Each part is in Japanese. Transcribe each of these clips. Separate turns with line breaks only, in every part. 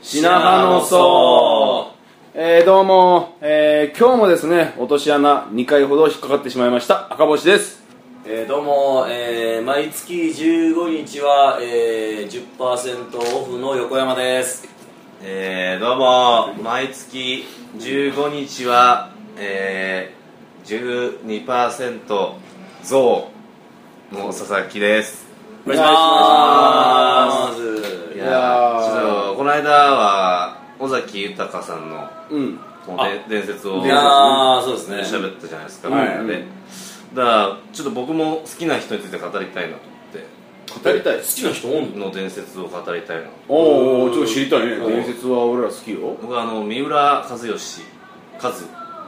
品派の層えー、どうも、えー、今日もですね落とし穴2回ほど引っかかってしまいました赤星です
えー、どうも、えー、毎月15日は、えー、10%オフの横山です
えー、どうも毎月15日は、えー、12%増の佐々木です
お願いします
い
いや
や
ー
ーちょっとこの間は尾崎豊さんの
うん
もうで伝説を
いやーそうですね
喋ったじゃないですか、
はい
みんなでだからちょっと僕も好きな人について語りたいなと思っ
語りたい
好きな人おん
て
の
の伝説を語りたいなと
おーおーちょっと知りたいね
うん
伝説は俺ら好きよ
僕はあの三浦和義和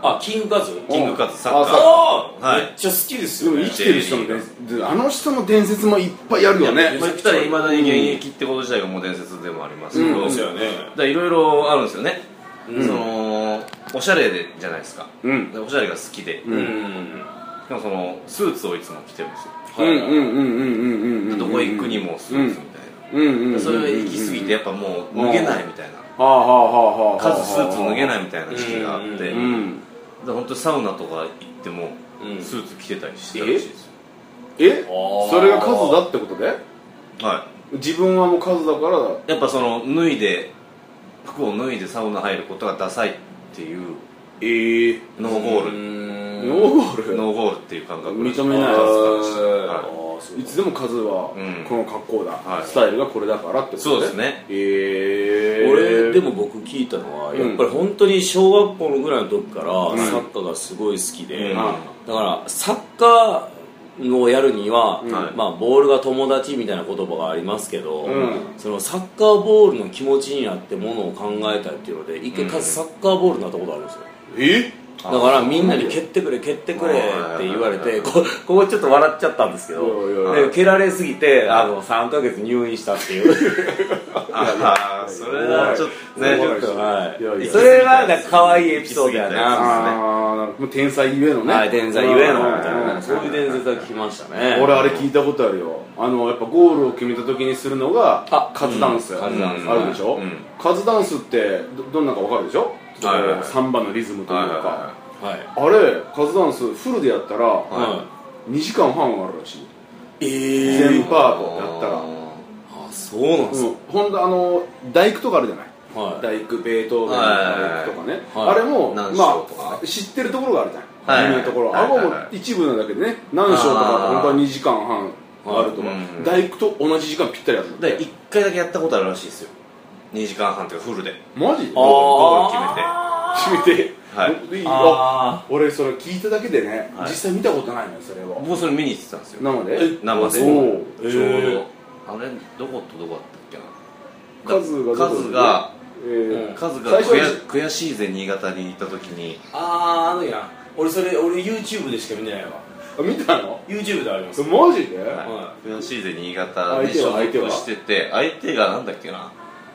あキングカズ
キングカズサッカー
あー、
はい
めっちゃ好きです
で
よ、
も
ね、
生きてる人の伝説あの人の伝説もいっぱいあるよね
まあ、言ったらいまだに現役ってこと自体がもう伝説でもありますけ
うん
ど、
です
だか
よね
らいろいろあるんですよね、
うん
そのおしゃれでじゃないですか
うん
でおしゃれが好きで、
ん
で
うん
もそのスーツをいつも着てるんです
うん
よ、
うんうんうんうんうんうん
どこ行くにもスーツみたいな、
うんうんうんうん
それが行き過ぎてやっぱもう脱げないみたいな、
はあはあはあはあ
数スーツ脱げないみたいな時期があって、
う
う
で
ん
本当にサウナとか行っても
うん
スーツ着てたりしてたらしいですよ、
え
あー
それが数だってことで
は
自分はもう数だから
い、やっぱその脱いで服を脱いでサウナ入ることがダサいっていう
ええ
ノーゴール、
ー
ノーゴール
ノーゴールっていう感覚
認めない
あ
は
ーそう
いつでも数は
うん
この格好だ、
はい
スタイルがこれだからってこと
そうですね
ええ
俺でも僕聞いたのは、
ん
やっぱり本当に小学校のぐらいの時から、
ん
サッカーがすごい好きで、
うん
だからサッカーをやるには、
ん
まあ、ボールが友達みたいな言葉がありますけど、
ん
そのサッカーボールの気持ちになってものを考えたいっていうので一回
うん
かつサッカーボールになったことあるんですよ
え
だからみんなに蹴ってくれ蹴ってくれって言われてこここちょっと笑っちゃったんですけ
いやいや
どで蹴られすぎてあの3ヶ月入院したって いう
ああそれはちょっとね
怖い
ちょっと
はい
いやいや
それはなんか可愛いエピソードやな
ああなるほど天才ゆえのね、
はい天才ゆえのみたい
うん
なそういう伝説は聞きましたね
俺あれ聞いたことあるよあのやっぱゴールを決めた時にするのが
あ
カズダンス、
うんカズダンス
あるでしょ、
うん
カズダンスってどどんなんかわかるでしょ、
はいはいはい
サンバのリズムというか、
はいは
はい
あれカズダンスフルでやったら
は
2時間半あるらしい
い
全
ええ
パートやったら、うん、
あそうなんです
ほんとあの大工とかあるじゃない
かはい
大工ベートーベンの大工とかね、
はいはい
あれも、
何章とか
まあ、知ってるところがあるじゃん、
はい
有名なところ、
はい
あれ
は
も
いはい
一部なだけでね何章とか
あー
本当は2時間半あるとか、
はいうん
大工と同じ時間ぴったりあるんだっ
で
て
1回だけやったことあるらしいですよ2時間半というかフルで
マジ
ーゴール
あ
決めて、
はい
いい
あ
あ俺それ聞いただけでね、
はい
実際見たことないのよそれを
僕それ見に行ってたんですよ
生で
生で
おー
ちょう
え
どあれどことどこだったっけ
カ
な
ズがどこ
カズが
えー
カズ
最
が
初は
悔や悔しいぜ新潟に行った時に
あーあのや俺それ俺 YouTube でしか見てないわ
あ見たの
YouTube であります
マジで、
はい悔しいぜ新潟
相
に
手は
所
相手は
属してて相手がなんだっけな好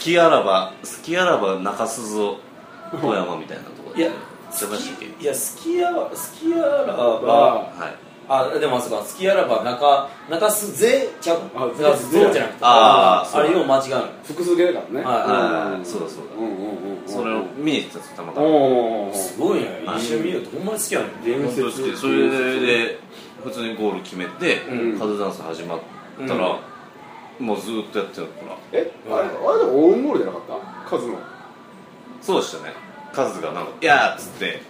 きあらば好きあらば中鈴を富山みたいなところ
い
で
や
ね素晴らしいけ
いや好きや好きやらば
あ
はい
あでもあそうか好きやらば中中すぜちゃう
あ
中すぞじゃなくて
あー
あれよう間違うの
複数形だからね
は
あーそうだそうだ
うんうんうんうん
それを見に行ってたんですよたまたま本
おお
すごいね
はい
一緒に見るとほんまに好きやね
伝
当に好きでそれで普通にゴール決めて
うん
カズダンス始まったらもうずーっとやってたから
えあれあれでもオウンゴールじゃなかったカズの
そうでしたねカズがなんか「いやー」っつって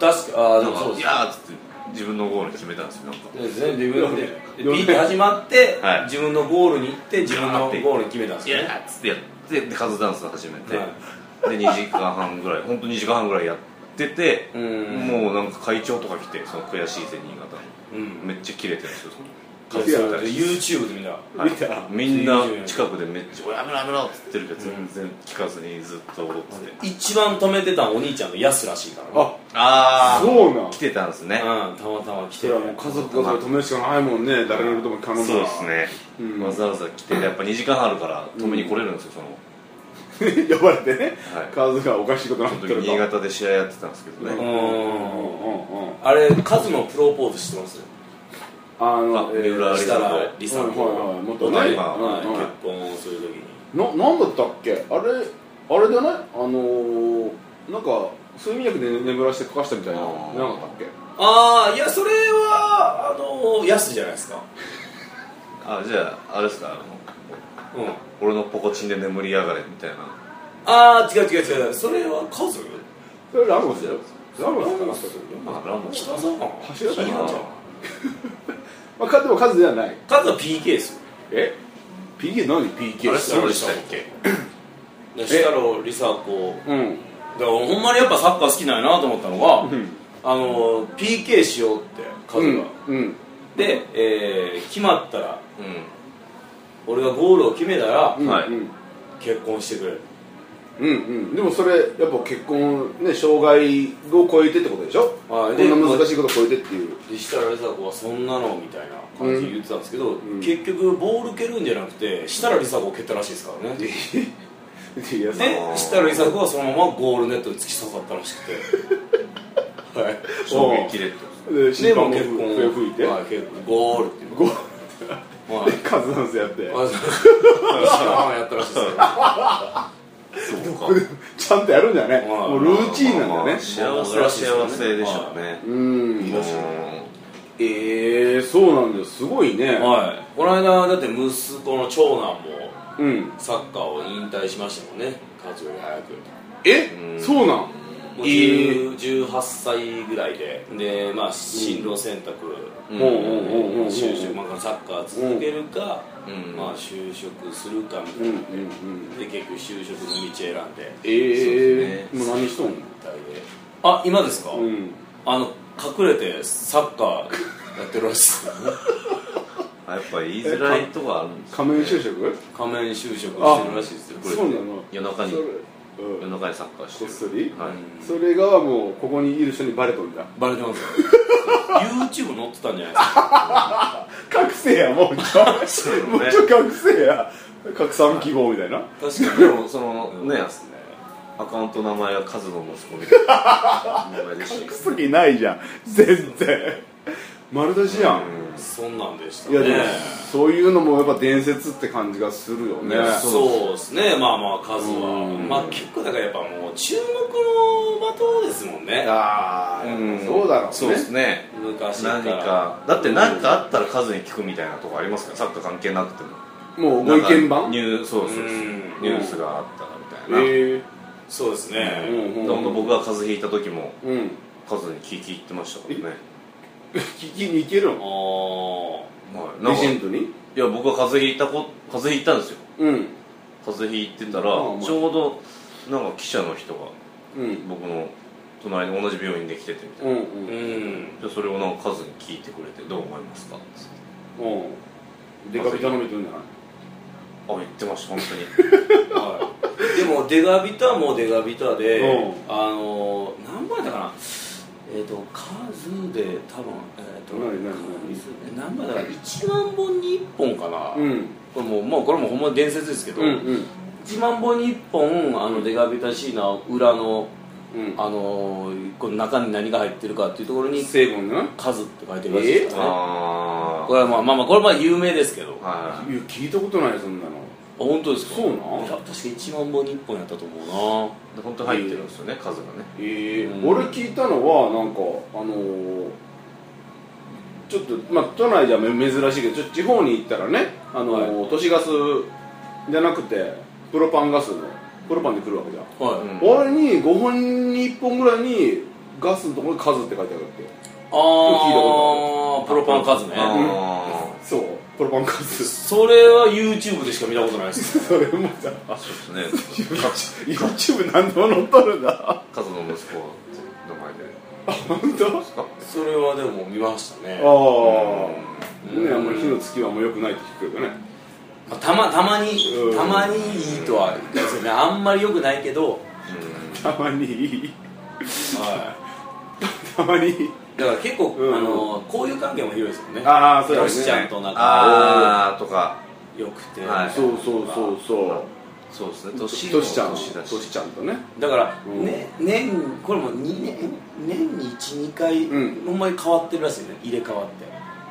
確か
「
あ
な
ーで
ん
も
か
そう
い
です
やー」っつって自分のゴール決めたんですよなんか
で全然自分でで
よ
ピッて始まって
はい
自分のゴールに行って自分の
ガーッて
ゴールに決めたん
「
です
い
よ
や
ね
ー」っつってやってでカズダンス始めて、
はい
で2時間半ぐらい本当2時間半ぐらいやってて
うん
もうなんか会長とか来てその悔しいぜ新潟に
うん
めっちゃキレてるんですよ
カ
い
ズ
や
やったり
YouTube で見た
は
見
い
た
みんな近くでめっちゃ「おいやめろやめろ」っつってるけど全然聞かずにずっと踊ってて
一番止めてたんお兄ちゃんのやすらしいからね
あ
あー
そうなん
来てたんですね
うんたまたま来
そ
て
れはもう家族がそれ止めるしかないもんね誰のことも頼む
そうですね、
うん
わざわざ来てやっぱ2時間半あるから止めに来れるんですよその、
ね 呼ばれてね
はい
カズがおかしいことになって
その
る
時
と
新潟で試合やってたんですけどね、
う
うん
うん
ん
うんうん
あれカズのプロポーズしてます
あ
あ
のえ
三浦
ー
璃
したらリサ
はいはいはい元ね
はい
はい
は
結
は
婚するときに
ななんだったっけあれあれじゃないあのー、なんか睡眠薬で眠らして書かしたみたいな
あ
なか
ー
ったっけ
ああいやそれはあのやすじゃないですか
あじゃああれですかあの
うん
俺のポコチンで眠りやがれみたいな
ああ違う違う違うそれはカズ
それラモスだよラモスかなそれ
まあラモス
北沢
柱だ
キー
な
ハンじゃん
まあかでも数ではない
カズは PK ですよ
え PK 何 PK
あれ
した
そうでしたっけ
で設楽梨紗子
うん
だからほんまにやっぱサッカー好きなんやなと思った のが、
うん
あの PK しようってカズが、
うん
で、えー決まったら
う
俺がゴールを決めたら、
うん
はい
うん
結婚してくれる
うんうんでもそれやっぱ結婚ね障害を超えてってことでしょこ
は
ん
いで
な難しいこと超えてっていう
で設楽梨紗子はそんなのみたいな感じで言ってたんですけど、
ん
結局ボール蹴るんじゃなくて設楽梨紗子を蹴ったらしいですからねで
いやさ
設楽梨紗子はそのままゴールネットに突き刺さったらし くてはい
ん衝撃でって
で
で
審
も
判も
結
結
婚
婚笛吹いて
はい、結婚ゴールっていう
ゴー
はい
カズダンスやって
あそうやったらしいですね
そうか
ちゃんとやるんだね
まあ
もうルーチンなんだね
幸せは幸せでしょうね
う
うんん
ええそうなんだよすごいね
はいこの間だって息子の長男も
うん
サッカーを引退しましたもんね課長より早く
え
うん
そうなん
もう
えー
10 18歳ぐらいででまあ進路選択、
うん
もうもうもうもう
就職、まあ、サッカー続けるか、
うん
まあ、就職するかみた
うんう
い
ん
な、
うん
で結局就職の道選んで
ええ
そうですね
もう何しとんの
大体であ今ですか、
うん
あの隠れてサッカーやってるらしい
あやっぱ言いづらいとこあるんですよ
仮面就職
仮面就職してるらしいですよ
あ
これ
そうなの
夜中に
それう
夜
ん
中にサッカーして
こっ
る
そり
はい
それがもうここにいる人にバレとんだ
バレてますよ YouTube 載ってたんじゃないですか
覚醒やもうちょ
そうね
もうちょ覚醒や拡散記号みたいな
確かに
でもその
うん
ねアカウント名前がカズの息子みたいな名前でし
隠す気ないじゃん全然丸出しやん、
そんなんでした
いやでも、
ね
そういうのもやっぱ伝説って感じがするよね
ねそうですねまあまあ数は
うん
まあ結構だからやっぱもう注目の的ですもんね
ああ、
うん
そうだろうね
そうですね
昔から
何かだって何かあったらカズに聞くみたいなとこありますからサッカー関係なくても
もうご意見
なんか
番
ニ
え
ューそうそうそう
うん
ニュースがあったらみたいな、
え
そうですね、
うんうん
なんか僕が風邪ひいた時も
うん
カズに聞き入ってましたからね
聞きに行けるの
あ
はいなん
レ
か
ジェ
い
ンドに
や僕は風邪ひいたこ風邪ひいたんですよ
うん
風邪ひいてたらち
まあまあ
ょうどなんか記者の人が
うん
僕の隣の同じ病院で来ててみたい
うんう
な、
ん
あうん
でそれをなんかカズに聞いてくれてどう思いますかって言って
うんデカビタ飲めてるんじゃない
あ言ってました本当に
はい、でもデガビタもデガビタで、
うん
あのー何番だったかなえっ、と数で多分えっ、と
何何
数え何番だから1万本に1本かな、
うん
これもうもうこれもほんまに伝説ですけど、
うんうん
1万本に1本あのデガビタ C の裏の
うん
あのーこの中に何が入ってるかっていうところに「
成分な
数」って書いてるらしいですからね、
あ
これはまあまあまあこれはまあ有名ですけど
あ
あ
はい
いや聞いたことないそんなの
本当ですか
そうなん
いや確か1万本に1本やったと思うな
で本当に入ってるんですよね、カズがね
ええ
うん
俺聞いたのはなんかあのーちょっとまあ都内じゃめ珍しいけどちょっと地方に行ったらねあのー、都市ガスじゃなくてプロパンガスのプロパンで来るわけじゃん、
はい、
うん
あれに5本に1本ぐらいにガスのところに数って書いてあるわけ
ああプロパンカズね
あー
そうプロパンガス
それは YouTube でしか見たことないです
それもさ
あそうですね
YouTube 何でも載っとるんだ
カズの息子の前で
本当あ
それはでも見ましたね
あ、
うん
ねあんまり火のつきはもう良くないって聞くけどね
まあたまたまに
うん
たまにいいとは言うんですよねあんまり良くないけど、
たまにいい
は
たまにいい
い、だから結構、
うん
あの交友関係も広いですよね
ああそうやね
よしちゃんと仲が
ああとか
良くて、
はい
そうそうそうそう
そうですね
と
年
し
も
ちゃんと
年だし
しちゃんとね
だから、
うん
ね、年これも2年年に12回、
うん
ほんまに変わってるらしいね入れ替わって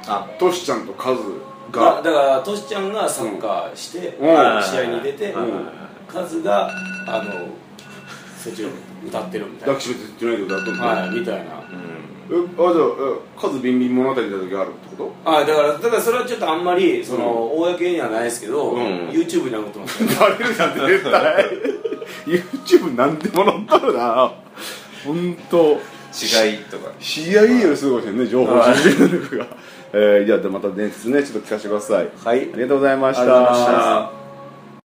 あ
としちゃんとカズが
だだからトシちゃんがサッカーして、
うんうん
試合に出て、
うん
カズがあのそっちを歌ってるみたい
抱きしめてユナイテッドだったん
な、
だね
はい、みたいな
うん
えあじゃあえカズビンビン物語みたいな時があるってこと
あだからだからそれはちょっとあんまりその、公にはないですけど、
うん
YouTube に上がってます
バレるなんて絶対 YouTube なんでも載っとるな本当。
違いとか
CIA よりすごいですよね情報収集力が、えー、じゃあまた伝説ねちょっと聞かせてください
はい
ありがとうございまし
ありがとうございましたた